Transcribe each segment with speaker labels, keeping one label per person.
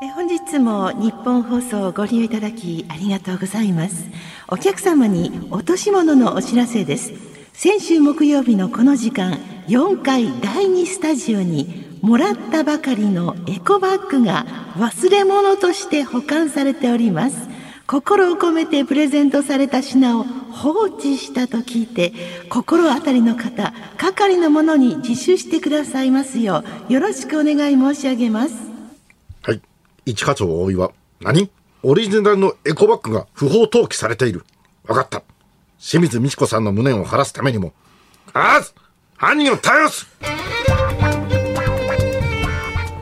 Speaker 1: え本日も日本放送をご利用いただきありがとうございますお客様に落とし物のお知らせです先週木曜日のこの時間4階第2スタジオにもらったばかりのエコバッグが忘れ物として保管されております心を込めてプレゼントされた品を放置したと聞いて心当たりの方係の者に自首してくださいますようよろしくお願い申し上げます
Speaker 2: はい。一課長大岩。何オリジナルのエコバッグが不法投棄されている。わかった。清水美智子さんの無念を晴らすためにも。あず犯人を逮捕す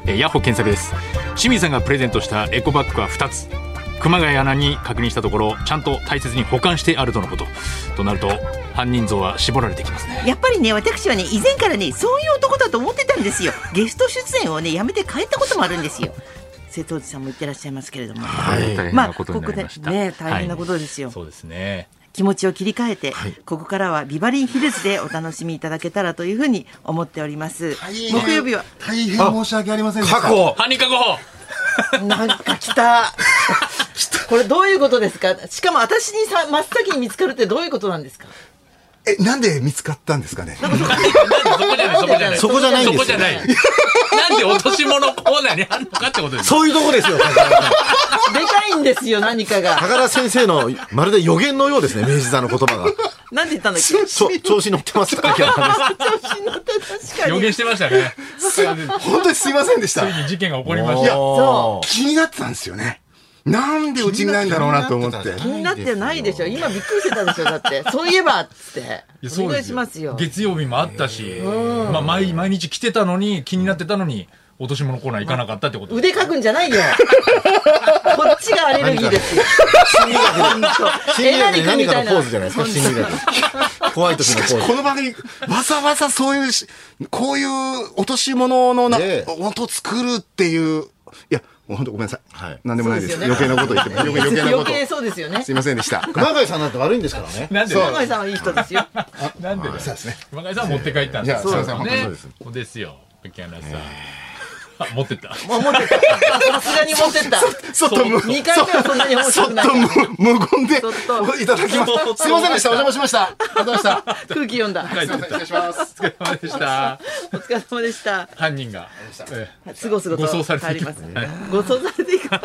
Speaker 3: えーヤッホ検索です清水さんがプレゼントしたエコバッグは2つ熊谷アナに確認したところちゃんと大切に保管してあるとのこととなると犯人像は絞られてきますね
Speaker 1: やっぱりね私はね以前からねそういう男だと思ってたんですよゲスト出演をねやめて変えたこともあるんですよ瀬戸内さんも言ってらっしゃいますけれども
Speaker 2: はい
Speaker 3: 大変
Speaker 1: ま
Speaker 3: な
Speaker 1: あ
Speaker 3: こ
Speaker 1: こと
Speaker 3: に
Speaker 1: こ
Speaker 3: なり
Speaker 1: で
Speaker 3: ました、
Speaker 1: ね大変なことですよ、
Speaker 3: はいそうですね
Speaker 1: 気持ちを切り替えて、ここからはビバリーヒルズでお楽しみいただけたらというふうに思っております木曜日は
Speaker 4: 大変申し訳ありませんでした。
Speaker 2: 確保
Speaker 3: 犯人確保
Speaker 1: なんか来 たこれどういうことですかしかも私にさ真っ先に見つかるってどういうことなんですか
Speaker 4: え、なんで見つかったんですかね。
Speaker 3: そこじゃないそこじゃない
Speaker 2: そこじゃないんですよ
Speaker 3: そこじゃないなんで落とし物コーナーにあるのかってことです
Speaker 2: そういうとこですよ、高田さん
Speaker 1: でかいんですよ何かが
Speaker 2: 高田先生のまるで予言のようですね、明治座の言 葉が。
Speaker 1: なんて言ったんだっ け
Speaker 2: ちょ調子乗ってますか
Speaker 1: 調子乗って確かに
Speaker 3: 予言してましたね
Speaker 4: 本当にすいませんでした。
Speaker 3: 事件が起こりました
Speaker 1: そ
Speaker 4: 気になってたんですよね。なんでうちにないんだろうなと思って。
Speaker 1: 気になってないでしょ今びっくりしてたでしょだってそういえばっつって
Speaker 3: いや
Speaker 1: お願い
Speaker 3: です
Speaker 1: しますよ
Speaker 3: 月曜日もあったし、まあ、毎毎日来てたのに気になってたのに落とし物コーナー行かなかったってこと
Speaker 1: 腕かくんじゃない よこっちがアレルギーですよ
Speaker 2: 心理学で何か
Speaker 1: え
Speaker 2: のポーズじゃないですか、心理学。怖い時の
Speaker 4: しか
Speaker 2: ポ
Speaker 4: し、
Speaker 2: ーズ。
Speaker 4: この番組、わざわざそういうし、こういう落とし物のな、
Speaker 2: ねえ
Speaker 4: 音作るっていう、いや、もう本当ごめんなさい。
Speaker 2: はい
Speaker 4: なんでもないです。
Speaker 1: そうですよ
Speaker 4: 余
Speaker 1: ね
Speaker 4: 計なこと言っても、余計余計なこ
Speaker 1: 余計
Speaker 4: と。
Speaker 1: そうですよね
Speaker 4: すいませんでした。
Speaker 2: 熊谷さんなんて悪いんですからね。
Speaker 3: なんで
Speaker 1: 熊
Speaker 3: だよ
Speaker 1: 谷さんはいい人ですよ
Speaker 3: なんでだよ熊谷さんは持って帰ったん
Speaker 4: い
Speaker 3: だ
Speaker 4: やそうです
Speaker 3: ね
Speaker 4: 本当にそうです
Speaker 3: そうですよ沖原さんあ持ってった
Speaker 1: もう持ってったさすがに持ってった
Speaker 4: そっと無、
Speaker 1: 2回目はそんなに面
Speaker 4: そ
Speaker 1: 白
Speaker 4: っ
Speaker 1: くない
Speaker 4: と無無言で
Speaker 1: そっと
Speaker 4: いただきます。すいませんでした。お邪魔しました。ありがとうございました。
Speaker 1: 空気読んだ
Speaker 3: 帰っ
Speaker 4: すいま
Speaker 3: て
Speaker 4: せん、
Speaker 3: っ
Speaker 4: 失礼
Speaker 3: た
Speaker 4: します。
Speaker 3: お疲れ様でした
Speaker 1: お疲れ様でした
Speaker 3: 犯人がえ
Speaker 1: すごすごと
Speaker 3: 護送されて
Speaker 1: 帰
Speaker 3: い
Speaker 1: り
Speaker 3: く
Speaker 1: ます ご送されていく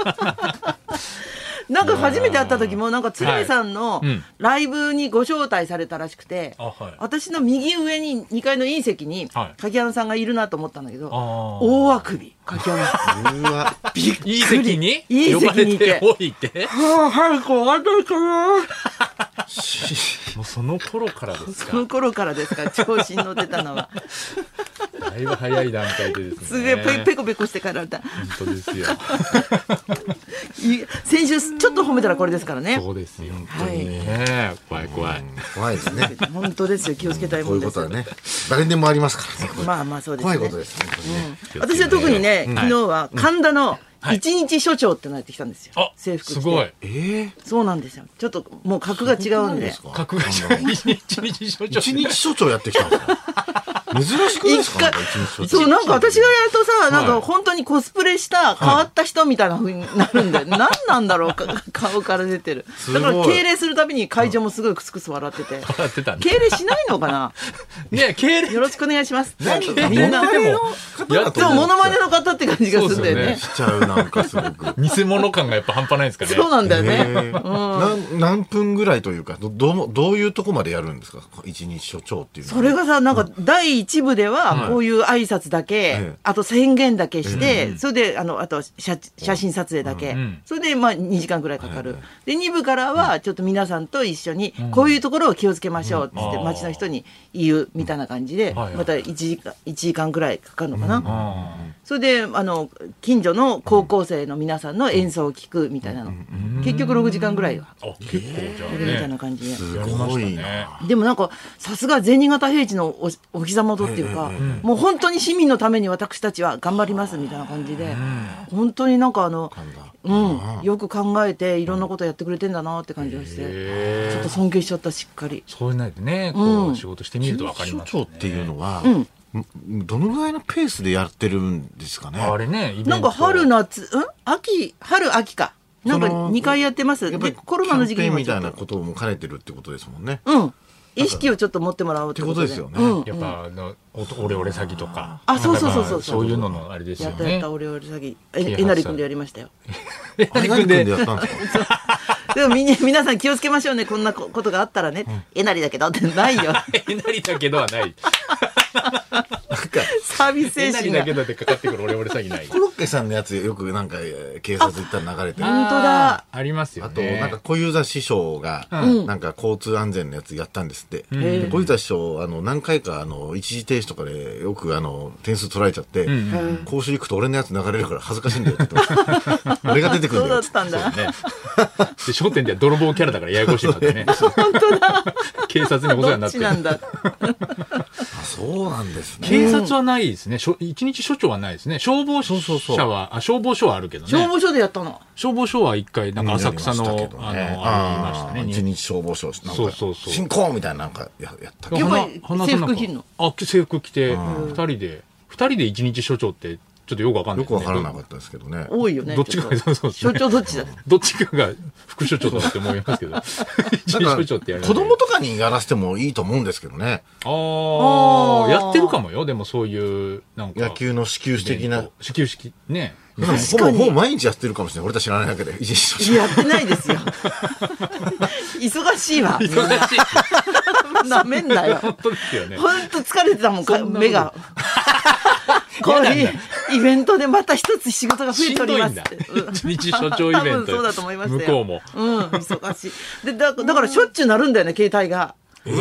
Speaker 1: なんか初めて会った時もなんか鶴瓶さんの
Speaker 3: うん
Speaker 1: ライブにご招待されたらしくて、
Speaker 3: あはい
Speaker 1: 私の右上に2階の隕石に
Speaker 3: はい
Speaker 1: 柿山さんがいるなと思ったんだけど、
Speaker 3: あー
Speaker 1: 大あくび柿山さん
Speaker 3: いい席に
Speaker 1: いい
Speaker 3: 呼ば
Speaker 1: 席
Speaker 3: れ
Speaker 1: にいて
Speaker 3: ておい て
Speaker 1: ああ早く終わらないかな
Speaker 3: もうその頃からです
Speaker 1: そ
Speaker 3: か
Speaker 1: の頃からです か調子に乗ってたのは
Speaker 3: だいぶ早い段階でですね
Speaker 1: すげえペペコペコしてかられた
Speaker 3: 本当ですよ
Speaker 1: い先週ちょっと褒めたらこれですからね
Speaker 3: そうですよ
Speaker 1: はい
Speaker 3: ねえ怖い怖い
Speaker 2: 怖いですね。
Speaker 1: 本当ですよ気をつけたい
Speaker 2: こ
Speaker 1: も
Speaker 2: うんいうこ
Speaker 1: です
Speaker 2: とはね、誰にでもありますからね。
Speaker 1: まあまあそうですね
Speaker 2: 怖いことです、本当にね。
Speaker 1: 私は特にね、
Speaker 3: ん
Speaker 1: 昨日は神田の
Speaker 3: はい
Speaker 1: 一日所長ってなってきたんですよ。
Speaker 3: あ
Speaker 1: 制服着
Speaker 3: す
Speaker 1: て
Speaker 3: ごい
Speaker 1: そうなんですよ。ちょっともう格が違うんで。
Speaker 3: 格が違い一日所長
Speaker 2: 一日所長やってきたんですか珍しくないですかなんか一日所
Speaker 1: そ
Speaker 2: 長。
Speaker 1: う、なんか私がやるとさ、なん
Speaker 3: は
Speaker 1: か
Speaker 3: い
Speaker 1: 本当にコスプレした変わった人みたいな風になるんで、何なんだろうか、顔から出てる。だから
Speaker 2: すごい
Speaker 1: 敬礼するたびに会場もすごいクスクス笑ってて。
Speaker 3: 笑ってたんで
Speaker 1: 敬礼しないのかな
Speaker 3: ね敬礼
Speaker 1: よろしくお願いします。
Speaker 2: 何
Speaker 1: みんな。
Speaker 3: で
Speaker 1: で
Speaker 3: もやっと
Speaker 1: もモノマネの方って感じがするんだよね
Speaker 3: そ。
Speaker 2: しちゃう、なんかすごく。
Speaker 3: 偽物感がやっぱ半端ないですかね
Speaker 1: そうなんだよね。
Speaker 2: なん何分ぐらいというかどどうもどういうとこまでやるんですか一日所長っていうのは
Speaker 1: それがさなんか第一部ではこういう挨拶だけ、
Speaker 2: ええ
Speaker 1: あと宣言だけして、それであのあと写写真撮影だけ、
Speaker 3: ん
Speaker 1: それでまあ2時間ぐらいかかる、で2部からはちょっと皆さんと一緒にこういうところを気をつけましょうって言って
Speaker 3: うん
Speaker 1: 街の人に言うみたいな感じで、
Speaker 3: はいはい
Speaker 1: また1時間一時間ぐらいかかるのかな、
Speaker 3: あー
Speaker 1: それであの近所の高校生の皆さんの演奏を聞くみたいなの、結局6時間ぐらいは
Speaker 3: あ結構じゃあ
Speaker 1: やるみたい
Speaker 3: ね
Speaker 1: な感じで。
Speaker 2: す
Speaker 3: やりま
Speaker 2: ご
Speaker 3: し
Speaker 2: い
Speaker 3: たね
Speaker 2: な
Speaker 1: でもなんかさすが銭形平次のおお膝元っていうか、もう本当に市民のために私たちは頑張りますみたいな感じで、本当になんかあの、うん、よく考えていろんなことやってくれてんだなって感じがして、
Speaker 3: へ
Speaker 1: ちょっ
Speaker 3: ー
Speaker 1: と尊敬しちゃったしっかり。
Speaker 3: そういうのでねこ
Speaker 1: う
Speaker 3: うん仕事してみるとわかり
Speaker 2: 所
Speaker 3: ます
Speaker 2: 長っていうのは、
Speaker 1: うん
Speaker 5: どのぐらいのペースでやってるんですかね。
Speaker 3: あれね、イベント
Speaker 1: なんか春夏、うん秋、春秋か。なんか
Speaker 5: その
Speaker 1: 2回やってます。
Speaker 5: やっぱ
Speaker 1: で、
Speaker 5: り
Speaker 1: コロナの時期
Speaker 5: キ
Speaker 1: に
Speaker 5: ャンペーン
Speaker 1: も
Speaker 5: み
Speaker 1: ちょ
Speaker 5: た
Speaker 1: っ
Speaker 5: いな
Speaker 1: と。
Speaker 5: ことも兼ねてるってことですもんね。
Speaker 1: うん。意識をちょっと持ってもらおうってことで。
Speaker 5: ってことですよね
Speaker 1: うん
Speaker 3: やっぱあのおとオレオレ詐欺とか
Speaker 1: あそうそうそうそう
Speaker 3: そういうののあれです
Speaker 1: や
Speaker 3: よ
Speaker 1: ったやっ
Speaker 3: ね
Speaker 1: た、俺より先。
Speaker 3: 啓
Speaker 1: え、
Speaker 3: 発
Speaker 1: えなり君でやりましたよ。
Speaker 5: あれ何組でやったんですか
Speaker 1: でもみんな、皆さん気をつけましょうね。こんなこことがあったらね。えなりだけどってない よ。
Speaker 3: えなりだけどはない
Speaker 1: サービス
Speaker 3: え
Speaker 1: 精
Speaker 3: な
Speaker 1: 神が
Speaker 3: りだ。けどってかかってくるオレオレ詐欺ない
Speaker 5: コロッケさんのやつよくなんかえー警察行ったら流れてる。
Speaker 1: 本当だ
Speaker 3: あーありますよ
Speaker 5: あ
Speaker 3: ね
Speaker 5: と、なんか、小遊三師匠が、なんか、交通安全のやつやったんですって。で小遊三師匠、あの、何回か、あの、一時停止とかで、よく、あの、点数取られちゃって、公衆行くと俺のやつ流れるから恥ずかしいんだよって言ってま した俺が出てくるんだよって。
Speaker 1: そうだったんだ
Speaker 5: そうね
Speaker 3: で商店では泥棒キャラだからややこしいか らね本当だ警察にお世
Speaker 1: ど
Speaker 3: 話にな
Speaker 1: っ
Speaker 3: って
Speaker 1: ち
Speaker 3: る
Speaker 1: なんだ。
Speaker 5: あそうなんですね。
Speaker 3: 警察はないですね。しょ一日署長はないですね。消防署は、
Speaker 5: そうそう
Speaker 3: あ、消防署はあるけどね。
Speaker 1: 消防署でやったの。
Speaker 3: 消防署は一回、なんか浅草の、
Speaker 5: やりましたけど
Speaker 3: あ
Speaker 5: ね
Speaker 3: の、ありましたね
Speaker 5: あー
Speaker 3: に。
Speaker 5: 一日消防署、なんか、
Speaker 3: そうそうそう
Speaker 5: 進行みたいな、なんかや、やったっけ
Speaker 1: やっぱり
Speaker 3: 花花園な
Speaker 1: 制服
Speaker 3: んか
Speaker 1: 着んの
Speaker 3: あ、制服着て、二人で、二人で一日署長って、ちょっとよくわかんない、
Speaker 5: よくわからな
Speaker 3: ど
Speaker 5: かったですけどね。
Speaker 1: 多いよね。
Speaker 3: どっちか
Speaker 1: ょと
Speaker 3: そうそう
Speaker 1: 所長どっちだ。
Speaker 3: どっちかが 副署長だって思いますけど、一
Speaker 5: なん
Speaker 3: 日
Speaker 5: か
Speaker 3: 署長ってやる
Speaker 5: 子供とかにやらせてもいいと思うんですけどね。
Speaker 3: あ
Speaker 1: あ
Speaker 3: あ、
Speaker 1: ー
Speaker 3: やってるかもよ。でもそういう、なんか。
Speaker 5: 野球の始球式的な。
Speaker 3: 始球式、ね。
Speaker 5: でもほ
Speaker 1: 確か
Speaker 5: ぼ
Speaker 1: に
Speaker 5: ほぼ毎日やってるかもしれない。俺たち知らないだけで。一日消し
Speaker 1: やってない ですよ。忙しいわ。みんな
Speaker 3: 忙 しい。
Speaker 1: なめんなよ。
Speaker 3: 本当ですよね。
Speaker 1: ほんと疲れてたもん、か
Speaker 3: そんなこと
Speaker 1: 目 が。これ、イベントでまた一つ仕事が増えておりますって。
Speaker 3: しんどいんだ
Speaker 1: うん
Speaker 3: 一日所長イ
Speaker 1: 多
Speaker 3: ベント
Speaker 1: 分そうだと思いますよ。
Speaker 3: 向こうも。
Speaker 1: うん、忙しい。で、だだからしょっちゅうなるんだよね、携帯が。そ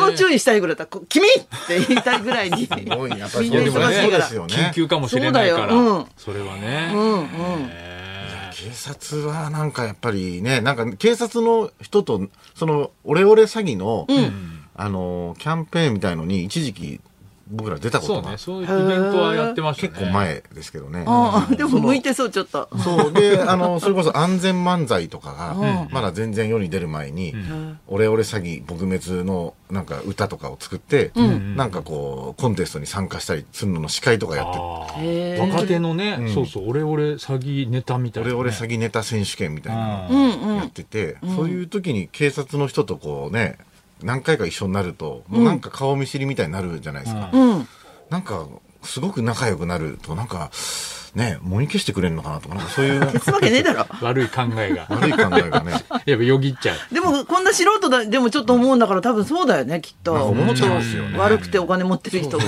Speaker 1: この注意したいぐらいだ。こ君って言いたいぐらいに。みんな
Speaker 5: ごいねやっぱりそう
Speaker 3: でもね
Speaker 1: 忙しいか
Speaker 5: そうで
Speaker 1: ら
Speaker 5: す。よね。
Speaker 3: 緊急かもしれないか
Speaker 1: そう
Speaker 3: ら。
Speaker 1: だようん
Speaker 3: それはね。
Speaker 1: うんうん。
Speaker 5: 警察はなんかやっぱりね、なんか警察の人と、そのオレオレ詐欺の、あの、キャンペーンみたいのに一時期僕ら出たこ
Speaker 3: そ
Speaker 5: と
Speaker 3: う
Speaker 5: が、
Speaker 3: ね。そういうイベントはやってましたね。
Speaker 5: 結構。前ですけどね。
Speaker 1: ああ、でも向いてそう、ちょっと。
Speaker 5: そう。で、あの、それこそ安全漫才とかが、まだ全然世に出る前に、オレオレ詐欺撲滅のなんか歌とかを作って、なんかこう、コンテストに参加したりするのの司会とかやってて
Speaker 3: あー
Speaker 1: へえ。
Speaker 3: 若手のね、そうそう、オレオレ詐欺ネタみたい
Speaker 5: オ
Speaker 3: な、
Speaker 5: レ
Speaker 3: ね。
Speaker 5: オレ詐欺ネタ選手権みたいな
Speaker 3: うん。
Speaker 5: のやってて、そういう時に警察の人とこうね、何回か一緒になると、もうなんか顔見知りみたいになるじゃないですか。
Speaker 1: うん。
Speaker 5: なんか、すごく仲良くなると、なんか、ね、もみ消してくれるのかなとか、なんかそういうなん
Speaker 1: す
Speaker 5: か
Speaker 1: わけねえだろ。
Speaker 3: 悪い考えが。
Speaker 5: 悪い考えがね。
Speaker 3: やっぱよぎっちゃう。
Speaker 1: でも、こんな素人だ、でもちょっと思うんだから、多分そうだよね、きっと。
Speaker 5: なんか思っちゃいますよね
Speaker 1: 悪くてお金持ってる人が。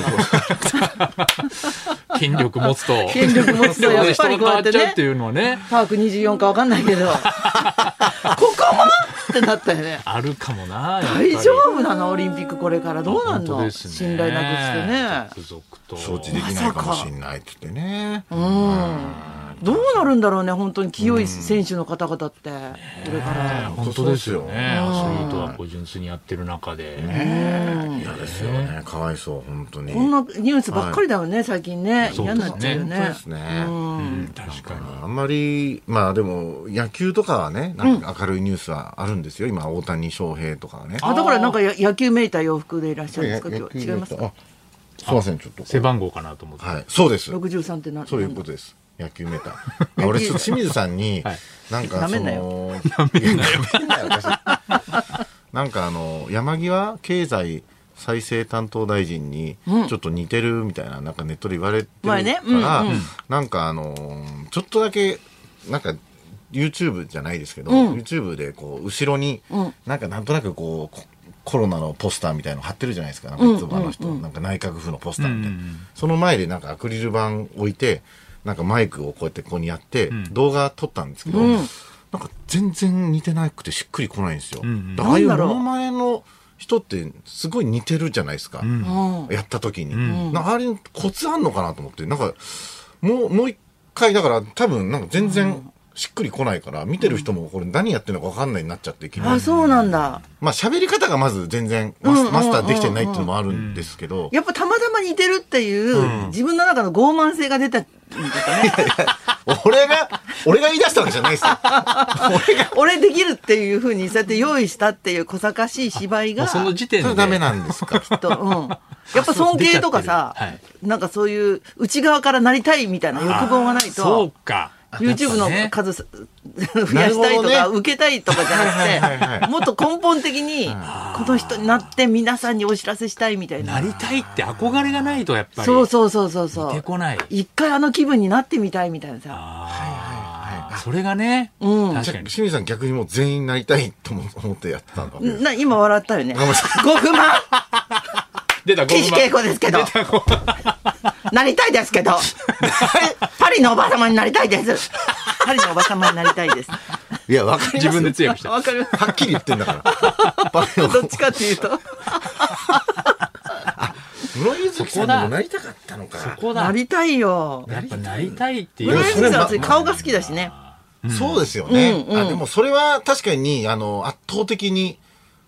Speaker 3: 権力持 つと。
Speaker 1: 権力持つ とやっぱりこうやってね
Speaker 3: 人が変わっちゃうっていうのはね、
Speaker 1: パーク24かわかんないけ ど。ここもってなったよね。
Speaker 3: あるかもな。やっぱ
Speaker 1: 大
Speaker 3: り
Speaker 1: 丈夫なのオリンピックこれからどうなん
Speaker 3: 本当
Speaker 1: の、
Speaker 3: ですね
Speaker 1: 信頼なくしてね
Speaker 3: 続々と。
Speaker 5: 承知できないかもしれないって言ってね。
Speaker 1: どうなるんだろうね本当に清い選手の方々って、これから
Speaker 3: 本当ですよね。
Speaker 5: う
Speaker 3: アスリートはこう純粋にやってる中で。
Speaker 5: 嫌ですよね。かわいそう、本当に。
Speaker 1: こんなニュースばっかりだよね、最近ね
Speaker 3: そうで
Speaker 1: 嫌
Speaker 3: す
Speaker 1: にな
Speaker 3: ね
Speaker 1: っちゃうよね
Speaker 5: そうですね。
Speaker 3: うん確かに。
Speaker 5: あんまり、まあでも、野球とかはね、なんか明るいニュースはあるんですよ。今、大谷翔平とかはね。
Speaker 1: あだからなんかや野球めいた洋服でいらっしゃるんですか
Speaker 5: や
Speaker 1: 今日違いますか
Speaker 5: あすいません、ちょっと。
Speaker 3: 背番号かなと思って。
Speaker 5: はい、そうです。
Speaker 1: 63って何
Speaker 5: そういうことです。野球メータ ー。あ俺、ちょっと清水さんに
Speaker 3: はい、
Speaker 5: なんか、
Speaker 1: 舐
Speaker 5: そ
Speaker 1: めんな
Speaker 5: の、いや舐めんなよ私なんかあの、山際経済再生担当大臣に、ちょっと似てるみたいな、なんかネットで言われてるか
Speaker 1: 前ねうんうん
Speaker 5: ら、なんかあの、ちょっとだけ、なんか、YouTube じゃないですけど、YouTube でこう、後ろに、なんかなんとなくこう、ココロナのポスターみたいの貼ってるじゃないですか、なんかいつもあの人、なんか内閣府のポスターみたいな。その前でなんかアクリル板置いて、なんかマイクをこうやってここにやって、動画撮ったんですけど、なんか全然似てなくてしっくりこないんですよ。だからああいう
Speaker 1: なんだろう
Speaker 5: モノマネの人ってすごい似てるじゃないですか。やった時に。なんかあれにコツあんのかなと思って、なんか、もう、もう一回、だから多分なんか全然しっくりこないから、見てる人もこれ何やってるのか分かんないになっちゃって、昨日
Speaker 1: あそうなんだ
Speaker 5: まあ喋り方がまず全然マス,、マスターできてないっていうのもあるんですけど、
Speaker 1: やっぱたまたま似てるっていう、自分の中の傲慢性が出たんだね
Speaker 5: 俺が俺が言い出したわけじゃない ですよ。
Speaker 1: 俺できるっていうふうに、そうやって用意したっていう小賢しい芝居
Speaker 3: も
Speaker 1: が、
Speaker 3: うその時点
Speaker 5: そ
Speaker 3: で
Speaker 5: れダメなんですか。
Speaker 1: と、うん。やっぱ尊敬とかさ、
Speaker 3: そうそう出ちゃって
Speaker 1: なんかそういう内側からなりたいみたいな欲望がない
Speaker 3: そう
Speaker 1: と、
Speaker 3: か
Speaker 1: YouTube の
Speaker 3: やっぱね
Speaker 1: 数 す増やしたいとか、
Speaker 5: なるほどね
Speaker 1: 受けたいとかじゃ
Speaker 5: はいはいは
Speaker 1: な
Speaker 5: い
Speaker 1: く
Speaker 5: は
Speaker 1: て、もっと根本的に、この人になって皆さんにお知らせしたいみたいな。
Speaker 3: なりたいって憧れがないとやっぱり
Speaker 1: そうそうそうそうそう。
Speaker 3: 出てこない
Speaker 1: 一回あの気分になってみたいみたいなさ。
Speaker 3: あーそれがね、
Speaker 1: うん
Speaker 3: 確
Speaker 5: じゃ
Speaker 3: かに
Speaker 5: あ清水さん逆にもう全員なりたいと思思ってやってたのか。
Speaker 1: な、今笑ったよね。
Speaker 5: めんな
Speaker 1: ご不満
Speaker 3: 出た
Speaker 1: 岸恵子ですけど。なりたいですけど。パリのおばさまになりたいです。パリのおばさまになりたいです。
Speaker 5: いや、わかり
Speaker 3: 自分で通訳した
Speaker 1: わかる。
Speaker 5: はっきり言ってんだ から。バレ
Speaker 1: どっちかっていうと、
Speaker 5: 室井崎さんにもなりたかったの
Speaker 3: そ
Speaker 5: か。
Speaker 3: こだ
Speaker 1: なりたいよ。
Speaker 3: やっぱなりたいってい
Speaker 1: 村
Speaker 3: う
Speaker 1: 井
Speaker 5: そ
Speaker 1: さん
Speaker 5: れ
Speaker 1: は
Speaker 5: ま
Speaker 1: 私顔が好きだしね。
Speaker 5: そうですよね。あでもそれは確かに、あの、圧倒的に、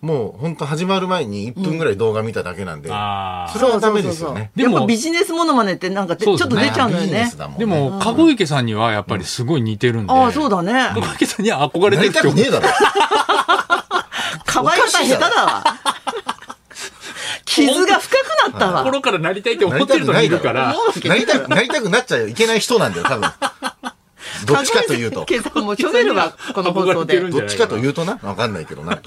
Speaker 5: もう本当始まる前に1分ぐらい動画見ただけなんで、それ
Speaker 3: あー
Speaker 5: はダメですよね。
Speaker 3: で
Speaker 1: やっ
Speaker 3: も
Speaker 1: ぱビジネスモノマネってなんかでちょ
Speaker 3: そ
Speaker 1: っ
Speaker 3: うだ
Speaker 1: と
Speaker 3: ね
Speaker 1: 出ちゃうのよ
Speaker 5: ビジネ
Speaker 1: ね
Speaker 5: ス。だもんね
Speaker 3: でも籠池さんにはやっぱりすごい似てるんで
Speaker 1: ああ、そう
Speaker 3: だ
Speaker 1: だね。
Speaker 3: 籠池さんには憧れ
Speaker 5: な
Speaker 3: て
Speaker 5: り
Speaker 3: る
Speaker 5: た
Speaker 3: と
Speaker 5: くねえだろ。
Speaker 1: かわい方下手だわ。傷が深くなったわ。
Speaker 3: 心からなりたいって 思ってるのにいるから
Speaker 5: なりたく、なりたくなっちゃいけない人なんだよ、多分。どっちかというと。
Speaker 1: 今朝もしょげるわ、この放送
Speaker 3: 憧れてる
Speaker 1: で
Speaker 3: ん。
Speaker 5: どっちかというとな、わかんないけどな。な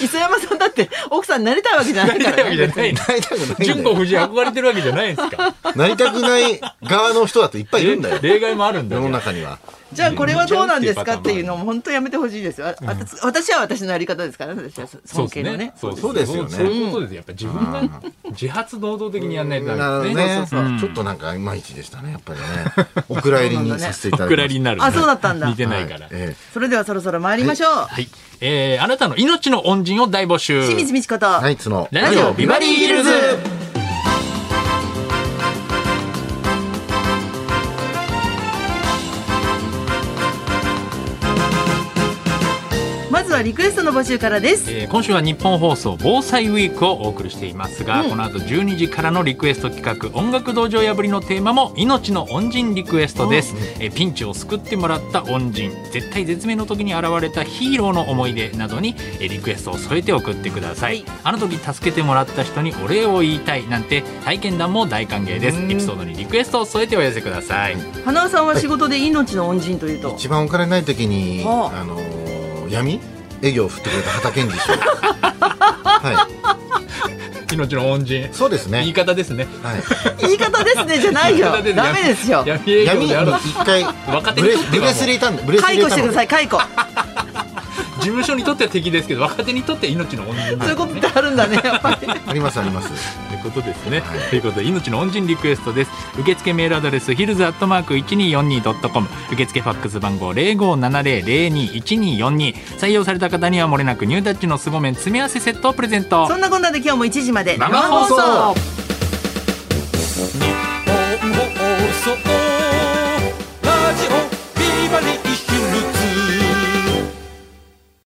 Speaker 1: 磯山さんだって奥さんになりたいわけじゃな
Speaker 3: ないり
Speaker 1: か
Speaker 3: たい
Speaker 1: ら
Speaker 3: わけ
Speaker 1: ね。
Speaker 3: じゃない
Speaker 5: りたくないんだ
Speaker 3: の
Speaker 5: よ
Speaker 3: 純子夫人憧れてるわけじゃないんですか
Speaker 5: なりたくない側の人だっていっぱいいるんだよ。
Speaker 3: 例外もあるんだ
Speaker 5: 世
Speaker 3: よ
Speaker 5: の中には。
Speaker 1: じゃあこれはどうなんですかっていうのも本当やめてほしいですよ。あ私私は私のやり方ですからね、私は尊敬のね。
Speaker 3: そうです
Speaker 5: そうですよね
Speaker 3: そういうことです。やっぱ自分が自発能動的にやんないと
Speaker 5: な
Speaker 3: ダメですね。
Speaker 5: ね、ちょっとなんかいまいちでしたね、やっぱりね。お蔵入りにさせていただき ま
Speaker 3: くら
Speaker 5: す
Speaker 3: りになるね。
Speaker 1: あそうだったんだ
Speaker 3: 似てないから。
Speaker 5: ええ
Speaker 1: それではそろそろ参りましょう。
Speaker 3: はい。えー、あなたの命の恩人を大募集。
Speaker 1: 清水美智子と。
Speaker 5: ナイツの
Speaker 3: ラジオビバリーヒルズ。
Speaker 1: まずはリクエストの募集からです。
Speaker 3: えー今週は日本放送防災ウィークをお送りしていますが、この後12時からのリクエスト企画音楽道場破りのテーマも命の恩人リクエストです、えーピンチを救ってもらった恩人絶対絶命の時に現れたヒーローの思い出などに、えーリクエストを添えて送ってください、
Speaker 1: はい
Speaker 3: あの時助けてもらった人にお礼を言いたいなんて体験談も大歓迎ですエピソードにリクエストを添えてお寄せください、
Speaker 1: 花尾さんは仕事で命の恩人というと。
Speaker 5: 一番お金ない時に、
Speaker 1: はあ
Speaker 5: あのー闇営業を振ってくれた畑健二師 匠。はい。
Speaker 3: 命の恩人
Speaker 5: そうです
Speaker 3: 言い
Speaker 5: ね。
Speaker 3: 方ですね
Speaker 5: はい。
Speaker 1: 言い方ですね、じゃないよ
Speaker 3: 言い方。ね
Speaker 1: ダメですよ。
Speaker 3: 闇営業
Speaker 5: 闇に
Speaker 3: である
Speaker 5: 一回
Speaker 3: 若手
Speaker 5: ブ
Speaker 3: に
Speaker 5: レ
Speaker 3: とって
Speaker 5: ブ
Speaker 3: はもう
Speaker 5: レス入れたんでブレス入
Speaker 1: 解
Speaker 5: れ
Speaker 1: 雇
Speaker 5: た
Speaker 1: してくださ
Speaker 5: い
Speaker 1: い、解雇。
Speaker 3: 事務所にとっては敵ですけど若手にとっては命の恩人
Speaker 1: そういうことってあるんだね、やっぱり。
Speaker 5: ありますあります
Speaker 3: ということですね。ということで、命の恩人リクエストです。受付メールアドレス、ヒルズアットマーク 1242.com。受付ファックス番号0570-021242。採用された方にはもれなくニュータッチの凄麺詰め合わせセットをプレゼント
Speaker 1: そ。んなこんなで今日も1時まで
Speaker 3: 生放送
Speaker 1: 生放送
Speaker 3: 放送